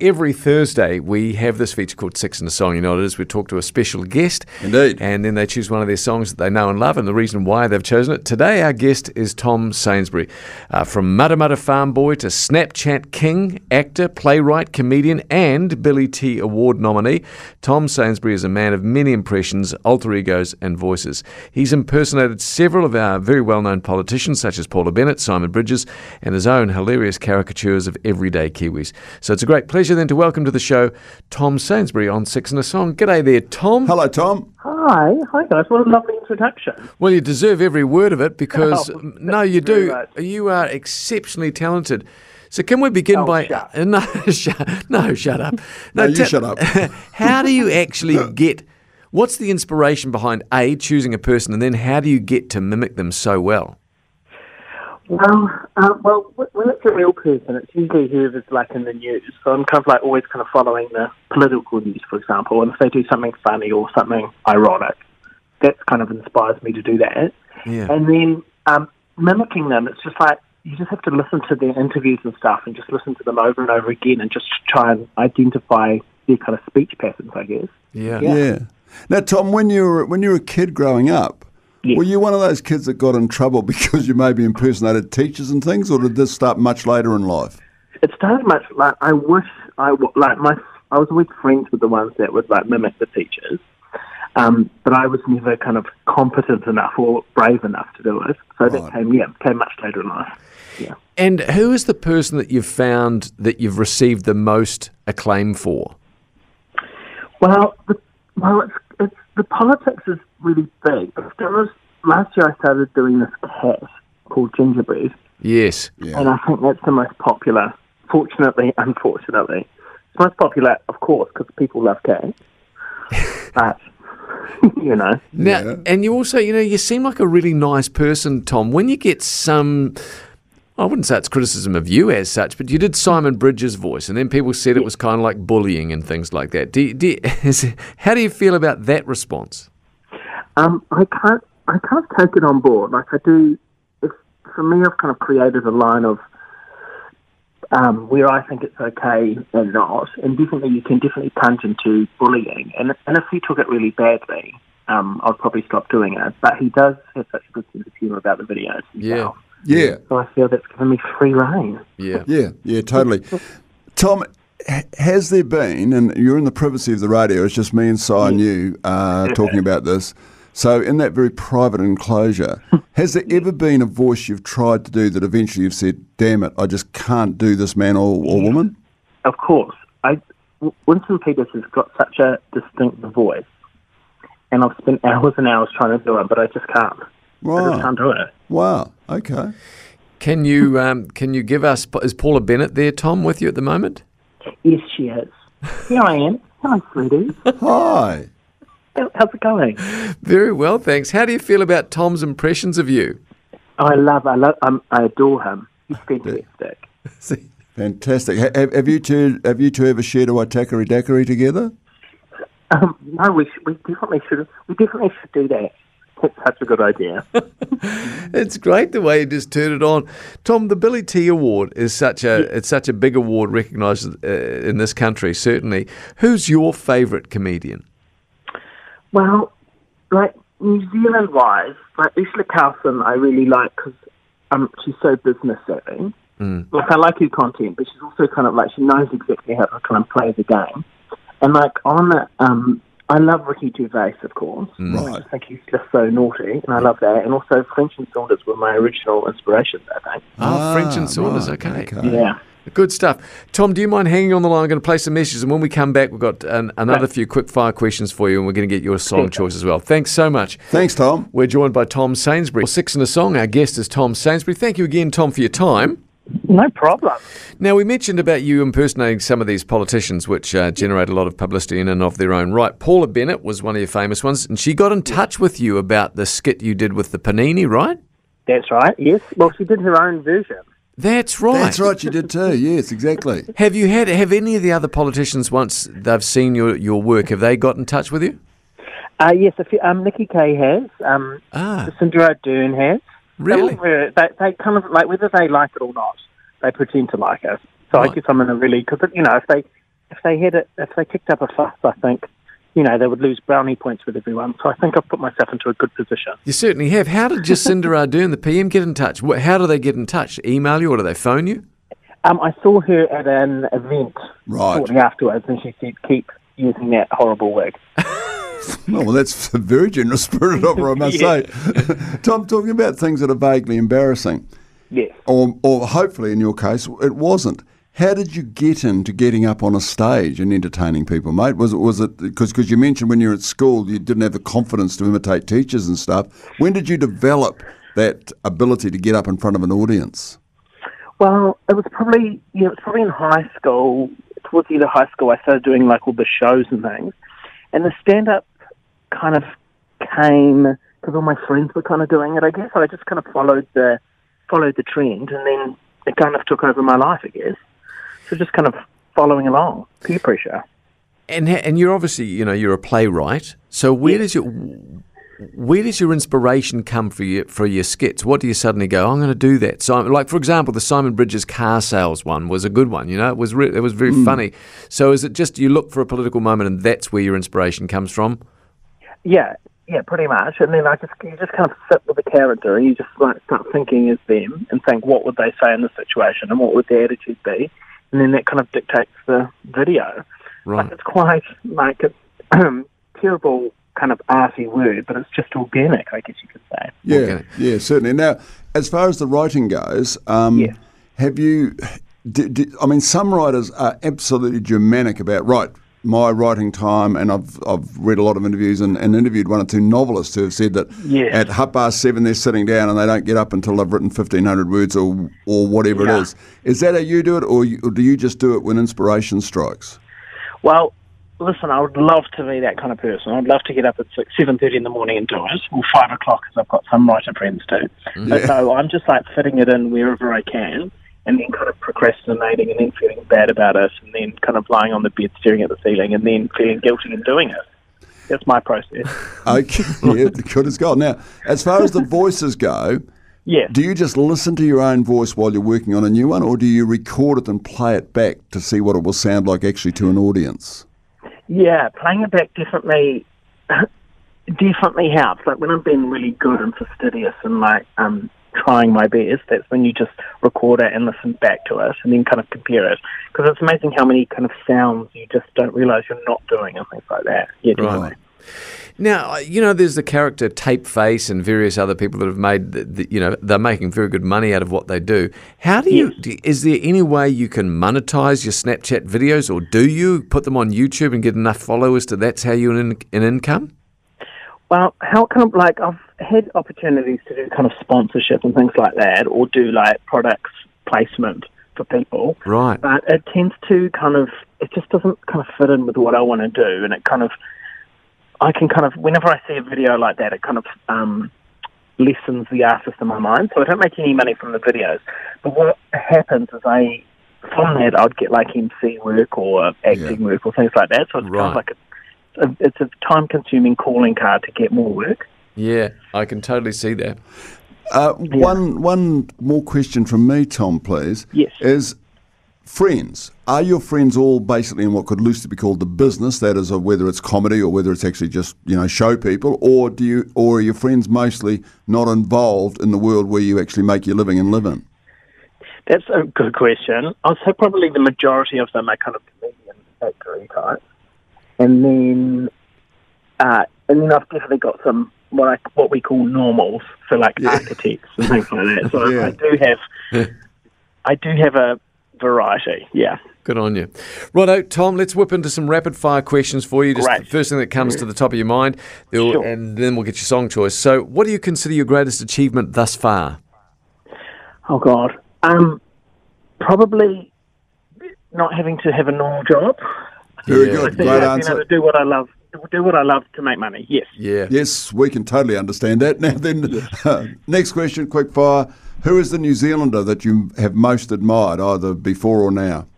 every Thursday, we have this feature called Six in a Song. You know what it is? We talk to a special guest. Indeed. And then they choose one of their songs that they know and love and the reason why they've chosen it. Today, our guest is Tom Sainsbury. Uh, from Mudda Mudda Farm Boy to Snapchat King, actor, playwright, comedian, and Billy T Award nominee, Tom Sainsbury is a man of many impressions, alter egos, and voices. He's impersonated several of our very well known politicians, such as Paula Bennett, Simon Bridges, and his own hilarious caricatures of everyday Kiwis. So it's a great pleasure then to welcome to the show Tom Sainsbury on Six and a Song. G'day there, Tom. Hello, Tom. Hi, hi guys. What a lovely introduction. Well, you deserve every word of it because, Oh, no, you thank you very do. much. You are exceptionally talented. So can we begin Oh, by shut. Uh, no, shut, no, shut up. No, you tell- shut up. how do you actually get? What's the inspiration behind a choosing a person, and then how do you get to mimic them so well? Well, uh, well, wh- when it's a real person, it's usually whoever's like in the news. So I'm kind of like always kind of following the political news, for example. And if they do something funny or something ironic, that kind of inspires me to do that. Yeah. And then um, mimicking them, it's just like you just have to listen to their interviews and stuff, and just listen to them over and over again, and just try and identify their kind of speech patterns, I guess. Yeah. Yeah. Now, Tom, when you were when you were a kid growing up, Yeah. were you one of those kids that got in trouble because you maybe impersonated teachers and things, or did this start much later in life? it started much like I wish I wa- like my I was always friends with the ones that would like mimic the teachers, um, but I was never kind of competent enough or brave enough to do it. So Right. that came yeah came much later in life. Yeah. And who is the person that you've found that you've received the most acclaim for? Well, the, well, it's, it's the politics is really big. But there was last year I started doing this cat called Gingerbread, Yes. Yeah. and I think that's the most popular. Fortunately, unfortunately, it's most popular, of course, because people love cats. but you know. Now, Yeah. and you also, you know, you seem like a really nice person, Tom. When you get some, I wouldn't say it's criticism of you as such, but you did Simon Bridges' voice, and then people said it was kind of like bullying and things like that. Do, you- do, you- is, how do you feel about that response? Um, I can't. I can't take it on board. Like I do. It's for me. I've kind of created a line of um, where I think it's okay and not, and definitely you can definitely plunge into bullying. And and if he took it really badly, um, I'd probably stop doing it. But he does have such a good sense of humour about the videos. Himself. Yeah. So I feel that's given me free reign. Yeah. Yeah, yeah, totally. Tom, h- has there been, and you're in the privacy of the radio, it's just me and Si and you uh, talking about this. So, in that very private enclosure, has there ever been a voice you've tried to do that eventually you've said, damn it, I just can't do this man or, or woman? Of course, I Winston Peters has got such a distinct voice, and I've spent hours and hours trying to do it, but I just can't. I just Wow. can't do it. Wow. Okay. Can you um, can you give us? Is Paula Bennett there, Tom, with you at the moment? Yes, she is. Here I am. Hello, sweetie. Hi. How- How's it going? Very well, thanks. How do you feel about Tom's impressions of you? Oh, I love, I love, um, I adore him. He's fantastic. Fantastic. Ha- Have, have you two have you two ever shared a Waitakere Daiquiri together? Um, no, we, should, we definitely should, we definitely should do that. That's such a good idea. It's great the way you just turned it on, Tom. The Billy T Award is such a it's such a big award recognised uh, in this country. Certainly, who's your favourite comedian? Well, like New Zealand wise, like Ursula Carlson, I really like because um, she's so business savvy. Like I like her content, but she's also kind of like she knows exactly how to kind of play the game. And like on, um, I love Ricky Gervais, of course. I Right. just think he's just so naughty, and I love that. And also French and Saunders were my original inspirations. I think. Ah, French and Saunders. right, okay. Yeah. good stuff. Tom, do you mind hanging on the line? I'm going to play some messages, and when we come back, we've got an, another few quick fire questions for you, and we're going to get your song choice as well. Thanks so much. Thanks, Tom. We're joined by Tom Sainsbury. Six in a song. Our guest is Tom Sainsbury. Thank you again, Tom, for your time. No problem. Now, we mentioned about you impersonating some of these politicians, which uh, generate a lot of publicity in and of their own right. Paula Bennett was one of your famous ones, and she got in touch with you about the skit you did with the panini, right? That's right. Yes. Well, she did her own version. That's right. That's right, you did too. Yes, exactly. Have you had? Have any of the other politicians, once they've seen your, your work, have they got in touch with you? Uh, yes, a few, um, Nikki Kay has. Um, Ah. Jacinda Ardern has. Really? They, all were- they, they kind of like whether they like it or not, they pretend to like it. So I Right. guess I'm in a really because you know if they if they had it, if they kicked up a fuss, I think, you know, they would lose brownie points with everyone. So I think I've put myself into a good position. You certainly have. How did Jacinda Ardern, the PM, get in touch? Wh- How do they get in touch? Email you or do they phone you? Um, I saw her at an event Right. shortly afterwards, and she said, "Keep using that horrible wig." Oh, well, that's a very generous spirit of her, I must Yeah. say. Tom, talking about things that are vaguely embarrassing, Yes. or, or hopefully in your case, it wasn't. How did you get into getting up on a stage and entertaining people, mate? Was it was it because you mentioned when you were at school you didn't have the confidence to imitate teachers and stuff. When did you develop that ability to get up in front of an audience? Well, it was probably you know, it was probably in high school. Towards the end of high school, I started doing like all the shows and things, and the stand up kind of came because all my friends were kind of doing it. I guess I just kind of followed the followed the trend, and then it kind of took over my life. I guess so, just kind of following along, peer pressure. And ha- and you're obviously you know you're a playwright. So where does your where does your inspiration come for you for your skits? What do you suddenly go? I'm going to do that. So like for example, the Simon Bridges car sales one was a good one. You know, it was re- it was very funny. So is it just you look for a political moment and that's where your inspiration comes from? Yeah, yeah, pretty much. And then I just you just kind of sit with the character, and you just like start thinking as them, and think what would they say in the situation, and what would their attitude be, and then that kind of dictates the video. Like Right. it's quite like it's terrible kind of arty word, but it's just organic, I guess you could say. Yeah, Okay. yeah, certainly. Now, as far as the writing goes, um, Yeah. have you? d d I I mean, some writers are absolutely Germanic about right. My writing time, and I've I've read a lot of interviews and, and interviewed one or two novelists who have said that Yeah. at half past seven they're sitting down and they don't get up until they've written fifteen hundred words or or whatever Yeah. it is. Is that how you do it, or, you, or do you just do it when inspiration strikes? Well, listen, I would love to be that kind of person. I'd love to get up at six, seven thirty in the morning and do it, or five o'clock, as I've got some writer friends too. But So I'm just like fitting it in wherever I can, and then kind of procrastinating, and then feeling bad about it, and then kind of lying on the bed staring at the ceiling, and then feeling guilty and doing it. That's my process. Okay, yeah, good as gold. Now, as far as the voices go, Yeah. Do you just listen to your own voice while you're working on a new one, or do you record it and play it back to see what it will sound like actually to an audience? Yeah, playing it back definitely definitely helps. Like when I'm being really good and fastidious and like um trying my best, that's when you just record it and listen back to it and then kind of compare it. Because it's amazing how many kind of sounds you just don't realise you're not doing and things like that. Yeah, definitely. Now, uh, you know, there's the character Tape Face and various other people that have made, the, the, you know, they're making very good money out of what they do. How do you, Yes. do, is there any way you can monetize your Snapchat videos or do you put them on YouTube and get enough followers to that's how you earn an income? Well, how come? Like, I've had opportunities to do kind of sponsorship and things like that, or do like products placement for people. Right. But it tends to kind of, it just doesn't kind of fit in with what I want to do, and it kind of, I can kind of, whenever I see a video like that, it kind of um, lessens the artist in my mind. So I don't make any money from the videos. But what happens is I, from that, I'd get like MC work or acting work or things like that. So it's kind Right. of like a a- it's a time consuming calling card to get more work. Yeah, I can totally see that. Uh, One one more question from me, Tom, please. Yes. Is friends? Are your friends all basically in what could loosely be called the business? That is, of whether it's comedy or whether it's actually just you know show people, or do you or are your friends mostly not involved in the world where you actually make your living and live in? That's a good question. I'd say probably the majority of them are kind of comedian factory types. And then uh, and then I've definitely got some what I, what we call normals, so like architects and things like that. So Yeah. I do have I do have a variety, yeah. Good on you. Righto, Tom, let's whip into some rapid fire questions for you. Just Great. the first thing that comes to the top of your mind, They'll- Sure. and then we'll get your song choice. So, what do you consider your greatest achievement thus far? Oh God. Um probably not having to have a normal job. Very Yeah. good, Being great able to answer. do what I love do what I love to make money, yes. Yeah. Yes, we can totally understand that. Now then, uh, next question, quick fire. Who is the New Zealander that you have most admired, either before or now?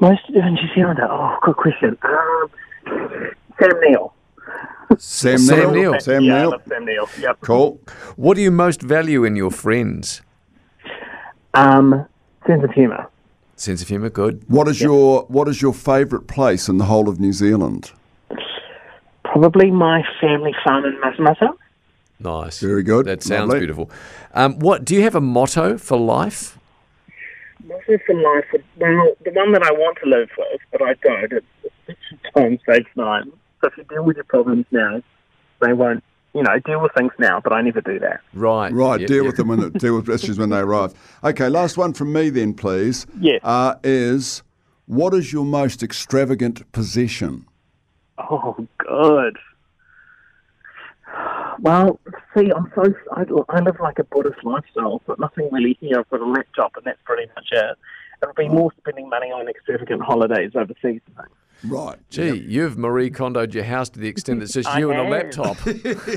Most of New Zealander. Oh, good question. Um, Sam Neill. Sam, Sam Neill. Neill. Sam yeah, I Neill. love Sam Neill. Yep. Cool. What do you most value in your friends? Um, sense of humour. Sense of humour, good. What is your What is your favourite place in the whole of New Zealand? Probably my family farm in Mazamaza. Nice. Very good. That sounds Lovely. beautiful. Um, what do you have a motto for life? Mottos in life, are- well, the one that I want to live with, but I don't, it's it's time saves nine. So if you deal with your problems now, they won't, you know, deal with things now, but I never do that. Right. Right, Yeah, deal yeah. with them when they, deal with issues when they arrive. Okay, last one from me then, please. Yes. Uh, is what is your most extravagant possession? Oh, good. Well, see, I'm so I, I live like a Buddhist lifestyle, but nothing really here. I've got a laptop, and that's pretty much it. It'll be more spending money on extravagant holidays overseas. Right. Gee, you've Marie Kondoed your house to the extent that it's just I you and a have. laptop.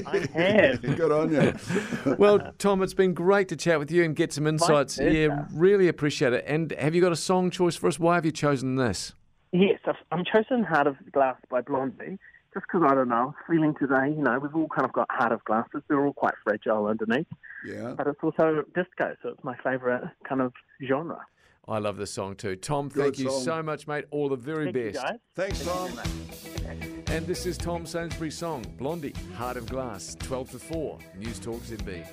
I have. Good on you. well, Tom, it's been great to chat with you and get some insights. Yeah, pleasure. really appreciate it. And have you got a song choice for us? Why have you chosen this? Yes, I've, I'm chosen Heart of Glass by Blondie, just because I don't know, feeling today, you know, we've all kind of got heart of glasses. They're all quite fragile underneath, Yeah. but it's also disco, so it's my favourite kind of genre. I love this song too. Tom, thank you song. so much, mate. All the very Thank you, best. guys. Thanks, Tom. And this is Tom Sainsbury's song, Blondie, Heart of Glass, 12 to 4, News Talk ZB.